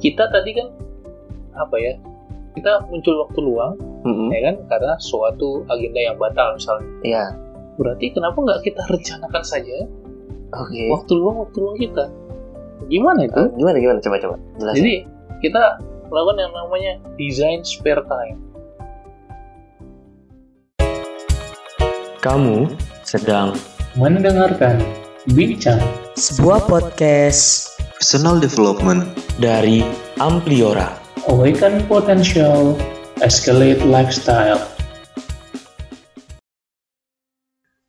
kita tadi kan apa ya kita muncul waktu luang Mm-mm. ya kan karena suatu agenda yang batal misalnya Iya. berarti kenapa nggak kita rencanakan saja Oke. waktu luang waktu luang kita gimana itu Eh, Gimana gimana coba coba jelasin. jadi kita melakukan yang namanya design spare time kamu sedang mendengarkan bincang sebuah podcast personal development, dari Ampliora. awaken potential escalate lifestyle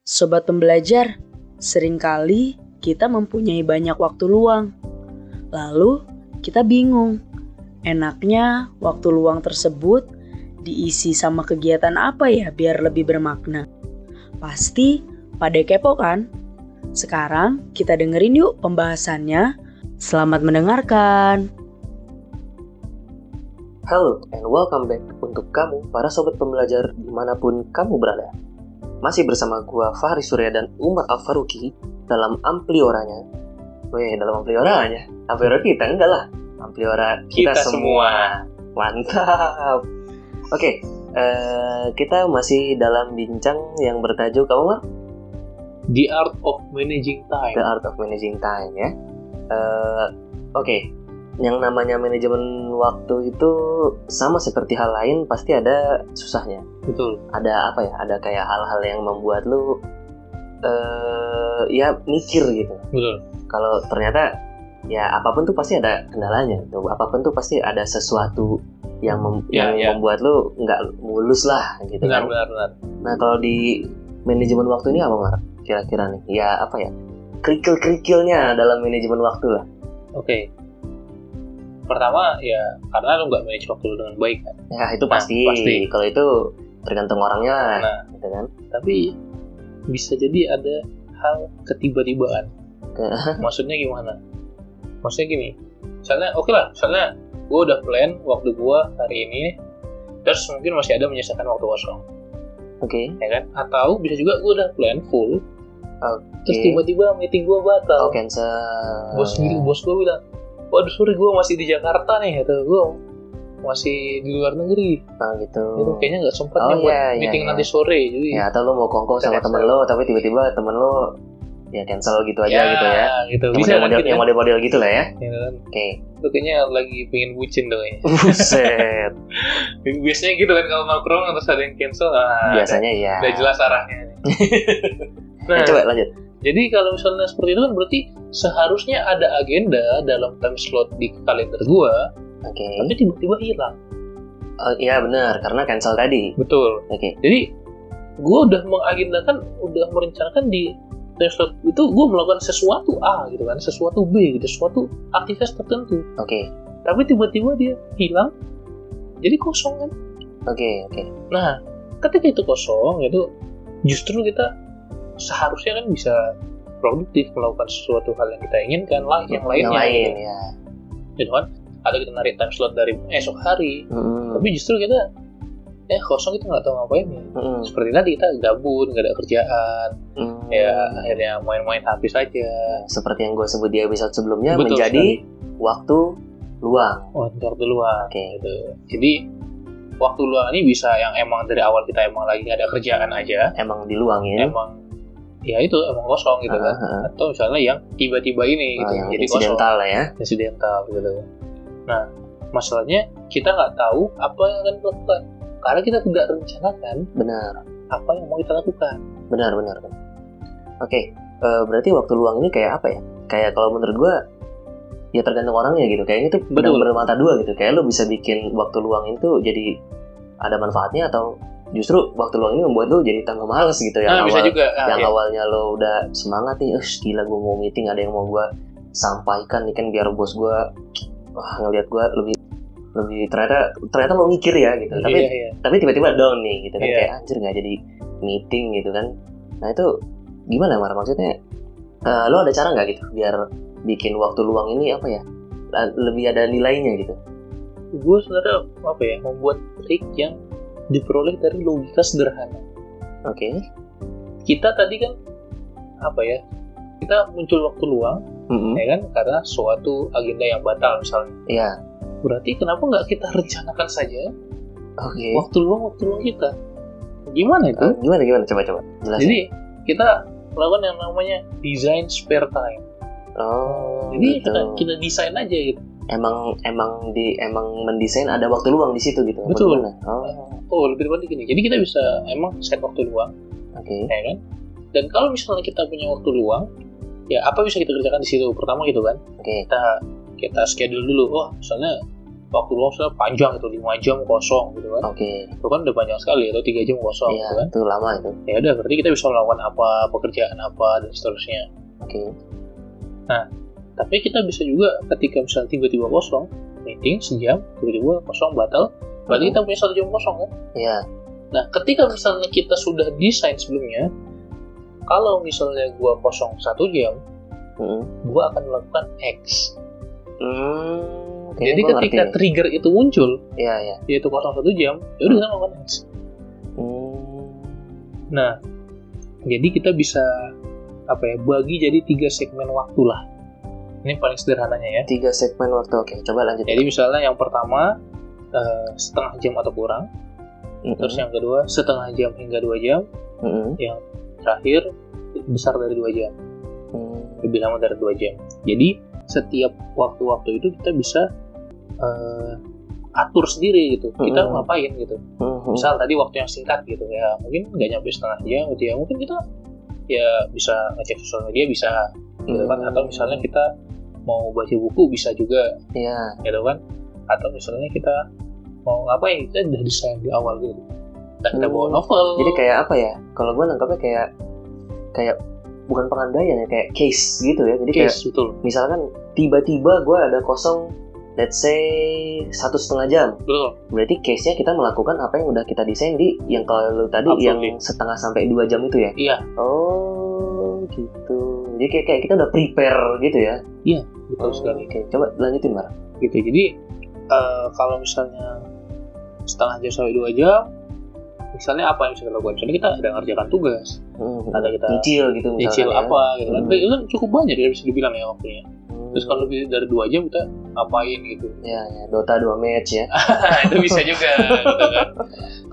Sobat Pembelajar, seringkali kita mempunyai banyak waktu luang. Lalu, kita bingung. Enaknya waktu luang tersebut diisi sama kegiatan apa ya biar lebih bermakna? Pasti pada kepo kan? Sekarang kita dengerin yuk pembahasannya. Selamat mendengarkan. Hello and welcome back untuk kamu para sobat pembelajar dimanapun kamu berada. Masih bersama gua Fahri Surya dan Umar Al Faruqi dalam Amplioranya. Weh, dalam Amplioranya? Ampliora kita enggak lah. Ampliora kita, Kita semua. Mantap. Oke, eh, kita masih dalam bincang yang bertajuk kamu Mar? the art of managing time The Art of Managing Time ya. Eh, Oke, yang namanya manajemen waktu itu sama seperti hal lain pasti ada susahnya. betul Ada apa ya? Ada kayak hal-hal yang membuat lu eh ya mikir gitu. betul Kalau ternyata ya apapun tuh pasti ada kendalanya gitu. Apapun tuh pasti ada sesuatu yang, mem- Ya, yang ya. membuat lu nggak mulus lah gitu kan. benar benar benar Nah kalau di manajemen waktu ini apa Mar? Kira-kira nih? Ya apa ya? Kerikil-kerikilnya dalam manajemen waktu lah. oke pertama ya karena lu nggak manage waktu lu dengan baik kan Ya itu Nah, pasti. pasti. Kalau itu tergantung orangnya lah, Nah. gitu kan? tapi bisa jadi ada hal ketiba-tibaan Eh, maksudnya gimana maksudnya gini misalnya oke lah misalnya gue udah plan waktu gue hari ini terus mungkin masih ada menyisakan waktu kosong Oke. ya kan atau bisa juga gue udah plan full terus Oke. tiba-tiba meeting gue Oh batal cancel. bos gil- bos gue bilang waduh sorry gue masih di Jakarta nih atau gue masih di luar negeri Oh, gitu. itu kayaknya nggak sempat Oh, nih buat iya, iya, meeting iya. nanti sore jadi Ya atau lo mau kongkong sama Cancel. temen lo, tapi tiba-tiba temen lo ya cancel gitu aja gitu ya. gitu Yang bisa kan model-model, gitu yang kan? model-model gitu lah ya. Gitu kan. Oke. Itu kayaknya lagi pengen bucin dong ya Buset. biasanya gitu kan kalau nongkrong terus ada yang cancel ah, Biasanya ya. udah, udah jelas arahnya nah Ya, coba lanjut. jadi kalau misalnya seperti itu kan berarti seharusnya ada agenda dalam time slot di kalender gua Oke. tapi tiba-tiba hilang Oh, iya benar, karena cancel tadi. betul Oke. jadi gua udah mengagendakan udah merencanakan di time slot itu gua melakukan sesuatu A gitu kan sesuatu B gitu sesuatu aktivitas tertentu Oke, tapi tiba-tiba dia hilang jadi kosong kan oke, oke. Nah, ketika itu kosong, itu justru kita seharusnya kan bisa produktif melakukan sesuatu hal yang kita inginkan lah yang lainnya. Yang lain ya. Gitu kan? Atau kita narik time slot dari esok hari. Mm-mm. Tapi justru kita eh kosong kita nggak tahu ngapain ya. Mm-mm. Seperti tadi kita gabut, nggak ada kerjaan, Mm. ya akhirnya main-main HP saja. Seperti yang gue sebut di episode sebelumnya Betul menjadi waktu luang. Oh, ntar duluan. Oke. Gitu. Jadi waktu luang ini bisa yang emang dari awal kita emang lagi nggak ada kerjaan aja, Emang diluangin. emang ya itu emang kosong gitu kan. Ah, ah, ah. atau misalnya yang tiba-tiba ini Oh, gitu yang jadi insidental lah ya. kosong insidental gitu nah masalahnya kita nggak tahu apa yang akan dilakukan karena kita tidak rencanakan Benar, apa yang mau kita lakukan benar, benar. Oke, eh, berarti waktu luang ini kayak apa ya? Kayak kalau menurut gue ya tergantung orangnya gitu. Kayaknya itu Betul. benar bermata dua gitu. Kayak lo bisa bikin waktu luang itu jadi ada manfaatnya atau justru waktu luang ini membuat lo jadi tambah males gitu ya. nah bisa juga ah, yang ya. awalnya lo udah semangat nih, "Ush, gila gue mau meeting ada yang mau gue sampaikan nih kan biar bos gue wah ngelihat gue lebih lebih ternyata ternyata lo mikir ya gitu tapi Iya, iya. tapi tiba-tiba down nih gitu kan Iya. kayak anjir nggak jadi meeting gitu kan nah itu gimana Mar maksudnya eh, lo ada cara nggak gitu biar bikin waktu luang ini apa ya la- lebih ada nilainya gitu gue sebenarnya apa ya membuat trik yang diperoleh dari logika sederhana oke kita tadi kan apa ya kita muncul waktu luang Mm-mm. ya kan karena suatu agenda yang batal misalnya iya Berarti kenapa nggak kita rencanakan saja Oke. waktu luang waktu luang kita? Gimana itu? Eh, gimana gimana coba coba. Jelasin. Jadi kita melakukan yang namanya design spare time. oh, Jadi gitu. kita, kita desain aja gitu. emang emang di emang mendesain ada waktu luang di situ gitu. apa Betul. gimana? Oh, oke. Oh lebih tepatnya gini. Jadi kita bisa emang set waktu luang, ya kan? Dan kalau misalnya kita punya waktu luang, ya apa bisa kita kerjakan di situ? Pertama gitu kan, Oke. kita kita schedule dulu. Oh misalnya waktu luang sudah panjang gitu, 5 jam kosong gitu kan. Oke. Itu kan udah panjang sekali atau 3 jam kosong Iya, gitu kan. itu lama itu. Ya udah berarti kita bisa melakukan apa, pekerjaan apa dan seterusnya. Oke. Tapi kita bisa juga ketika misalnya tiba-tiba kosong, meeting sejam, tiba-tiba kosong batal, berarti kita punya satu jam kosong kan? Iya. Nah, ketika misalnya kita sudah desain sebelumnya, kalau misalnya gua kosong satu jam, Mm-mm. gua akan melakukan X. Hmm, kayaknya Jadi gua ketika ngerti nih. trigger itu muncul, Iya, iya. yaitu kosong satu jam, ya udah kita melakukan X. Hmm. Nah, jadi kita bisa apa ya bagi jadi tiga segmen waktu lah. Ini paling sederhananya ya. Tiga segmen waktu. Oke, coba lanjut. Jadi misalnya yang pertama eh, setengah jam atau kurang, Mm-mm. terus ya. yang kedua setengah jam hingga dua jam, Mm-mm. terakhir besar dari dua jam, Hmm. lebih lama dari dua jam. Jadi setiap waktu-waktu itu kita bisa eh, atur sendiri gitu. Kita Mm-mm. ngapain gitu. Mhm. Misal tadi waktu yang singkat gitu ya mungkin nggak nyampe setengah jam gitu ya mungkin kita ya bisa ngecek sosial media bisa gitu kan Hmm. atau misalnya kita mau baca buku bisa juga Iya. gitu kan atau misalnya kita mau ngapain kita udah desain di awal gitu nah, kita Hmm. bawa novel Jadi kayak apa ya? Kalau gue nangkapnya kayak kayak bukan pengandaian ya, kayak case gitu ya. Jadi kayak case betul misalkan tiba-tiba gue ada kosong, let's say satu setengah jam. betul Berarti case-nya kita melakukan apa yang udah kita desain di yang kalau lu tadi Upload yang nih. setengah sampai dua jam itu ya. iya Oh gitu. Jadi kayak, kayak kita udah prepare gitu ya. betul sekali Oke, coba lanjutin Mar. gitu jadi eh, kalau misalnya setengah jam sampai dua jam misalnya apa yang bisa kita lakukan misalnya kita ada ngerjakan tugas Hmm. Atau kita nyicil gitu misalkan. nyicil ya. apa gitu kan Hmm. itu kan cukup banyak ya bisa dibilang ya waktunya Hmm. terus kalau lebih dari dua jam kita ngapain gitu ya, ya, Dota 2 match ya. nah, itu bisa juga gitu kan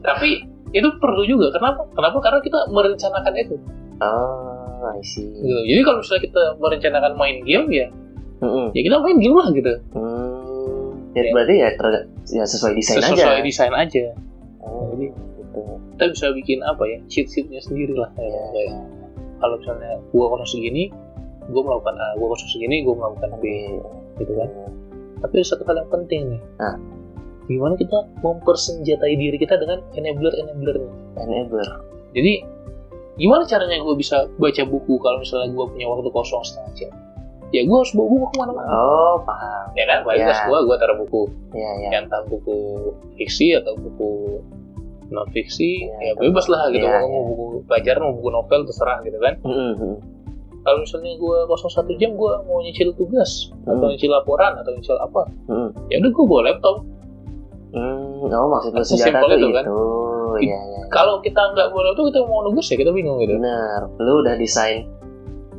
tapi itu perlu juga kenapa kenapa karena kita merencanakan itu Ah, I see. gitu. jadi kalau misalnya kita merencanakan main game ya Mm-mm. ya kita main game lah gitu Hmm. Ya, berarti ya, ter- ya sesuai desain Iya. sesuai aja. desain aja Oh, Jadi- gitu. kita bisa bikin apa ya cheat sheetnya sendiri lah ya. Iya. Kayak, kalau misalnya gua kosong segini gua melakukan A gua kosong segini gua melakukan B Oke. gitu kan tapi ada satu hal yang penting nih Nah. gimana kita mempersenjatai diri kita dengan enabler enabler Enabler. jadi gimana caranya gua bisa baca buku kalau misalnya gua punya waktu kosong setengah jam ya gua harus bawa buku kemana-mana Oh, paham. ya kan paling Iya. tas gua gua taruh buku Ya, ya. yang entah buku fiksi atau buku non fiksi Ya, ya, bebas lah gitu ya, mau mau buku pelajaran mau buku novel terserah gitu kan Mm-mm. kalau misalnya gue kosong satu jam gue mau nyicil tugas atau Hmm. nyicil laporan atau nyicil apa Mm-mm. ya udah gue bawa laptop Hmm, oh maksud lu senjata Sesimpel tuh gitu. itu, itu, kan? ya, ya. kalau kita nggak bawa laptop kita mau nugas ya kita bingung gitu Benar, lu udah desain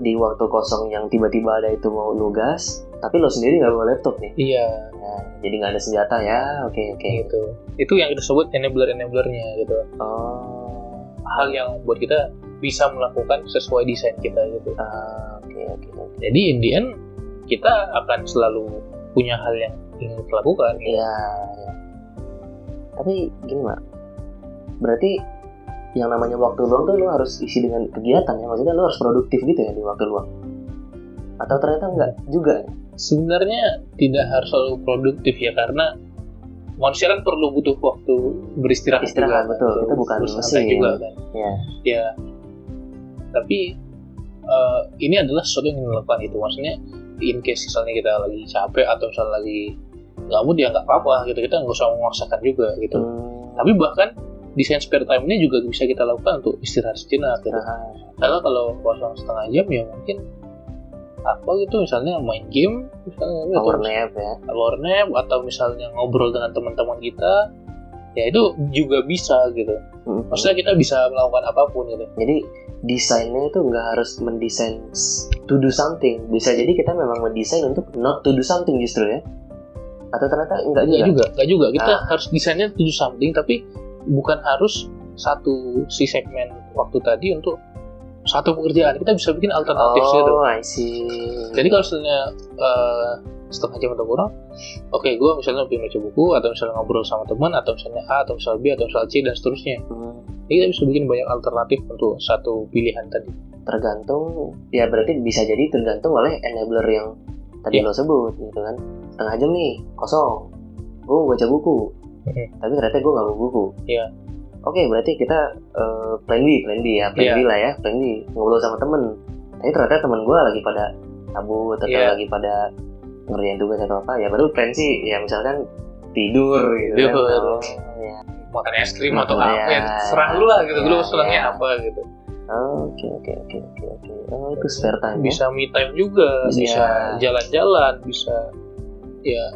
di waktu kosong yang tiba-tiba ada itu mau nugas, tapi lo sendiri nggak bawa laptop nih, iya Nah, jadi nggak ada senjata ya, oke oke. gitu itu yang kita sebut enabler enablernya gitu Oh, hal yang buat kita bisa melakukan sesuai desain kita gitu ah, oke oke. oke. jadi in the end kita akan selalu punya hal yang ingin kita lakukan gitu. Iya. ya. Tapi gini mak, berarti yang namanya waktu luang tuh lo harus isi dengan kegiatan ya, maksudnya lo harus produktif gitu ya di waktu luang. Atau ternyata nggak juga? sebenarnya tidak harus selalu produktif ya karena manusia kan perlu butuh waktu beristirahat juga, Istirahat, betul. kan. Kita bukan bersantai mesin. juga kan Ya. ya tapi eh, ini adalah sesuatu yang dilakukan itu maksudnya in case misalnya kita lagi capek atau misalnya lagi nggak mood ya nggak apa-apa gitu kita nggak usah memaksakan juga gitu Hmm. tapi bahkan desain spare time ini juga bisa kita lakukan untuk istirahat sejenak gitu. Nah, Karena kalau kosong setengah jam ya mungkin apa gitu misalnya main game misalnya gitu. power nap ya. power nap atau misalnya ngobrol dengan teman-teman kita ya itu juga bisa gitu Mm-mm. maksudnya kita bisa melakukan apapun gitu Jadi desainnya itu nggak harus mendesain s- to do something. Bisa jadi kita memang mendesain untuk not to do something justru ya. atau ternyata Enggak enggak juga. Iya juga, enggak juga. Kita Ah. harus desainnya to do something, tapi bukan harus satu si segmen waktu tadi untuk satu pekerjaan. Kita bisa bikin alternatif gitu. Oh, I see. Jadi kalau misalnya eh, setengah jam atau kurang, oke gue misalnya lebih baca buku, atau misalnya ngobrol sama teman, atau misalnya A, atau misalnya B, atau misalnya C, dan seterusnya. Hmm, Jadi kita bisa bikin banyak alternatif untuk satu pilihan tadi. tergantung ya berarti bisa jadi tergantung oleh enabler yang tadi Iya. lo sebut gitu kan. Setengah jam nih kosong. Gue mau baca buku. Mhm. Tapi ternyata gue nggak mau buku. Iya. Oke, berarti kita eh, plan B, plan B ya, plan Iya. B lah ya, plan B. Ngobrol sama temen. Tapi ternyata temen gue lagi pada cabut atau Iya. lagi pada ngerjain tugas atau apa ya baru plan sih ya misalkan tidur gitu Tidur. kan Oh, ya. Makan es krim atau atau Iya. apa, serah lu lah gitu. Iya, Lu senangnya iya. apa gitu. Oh, Oke oke oke oke oke. Oh itu spare time ya? Bisa me time juga, Bisa. bisa jalan-jalan, bisa ya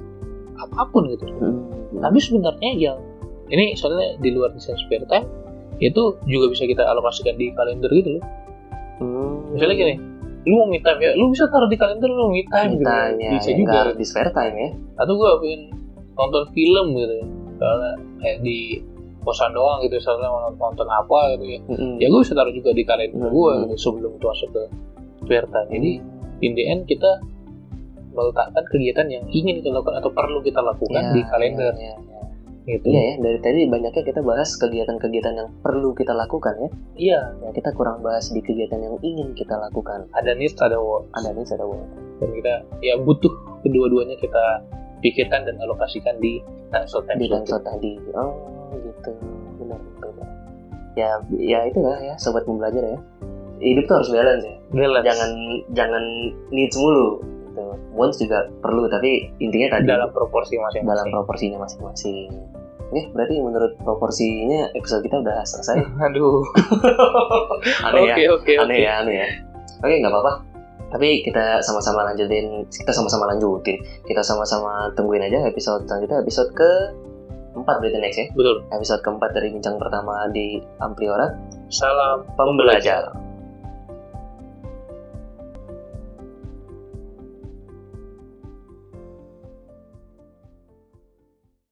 apapun gitu. Hmm. Tapi sebenarnya yang ini soalnya di luar desain spare time itu juga bisa kita alokasikan di kalender gitu loh. Hmm. Misalnya gini, lu mau me time ya, lu bisa taruh di kalender lu me time gitu. Kitanya, Bisa ya, juga. nggak harus di spare time ya? Atau gua pengen nonton film gitu. ya. Soalnya kayak di kosan doang gitu, soalnya mau nonton apa gitu ya. Mm-mm. Ya gua bisa taruh juga di kalender Hmm. gua gitu, sebelum itu masuk ke spare time. Jadi in the end kita meletakkan kegiatan yang ingin kita lakukan atau perlu kita lakukan Ya, di kalender ya, ya, ya. gitu. Iya ya, dari tadi banyaknya kita bahas kegiatan-kegiatan yang perlu kita lakukan ya. Iya, Ya kita kurang bahas di kegiatan yang ingin kita lakukan. ada needs, ada wants. Ada nih ada word. Dan kita ya butuh kedua-duanya kita pikirkan dan alokasikan di time slot time di slot. Lanso tadi. Oh gitu, benar benar. Ya ya itulah ya sobat pembelajar ya. Hidup tuh harus balance ya. Balance. jangan jangan needs mulu gitu. wants juga perlu tapi intinya tadi dalam proporsi masing-masing. dalam proporsinya masing-masing Oke, berarti menurut proporsinya episode kita udah selesai. Aduh. Aneh ya, Oke oke aneh oke. ya, aneh ya. Oke, nggak apa-apa. Tapi kita sama-sama lanjutin, kita sama-sama lanjutin. Kita sama-sama tungguin aja episode selanjutnya, episode ke empat berarti next ya. Betul. Episode keempat dari bincang pertama di Ampliora Salam Pembelajar.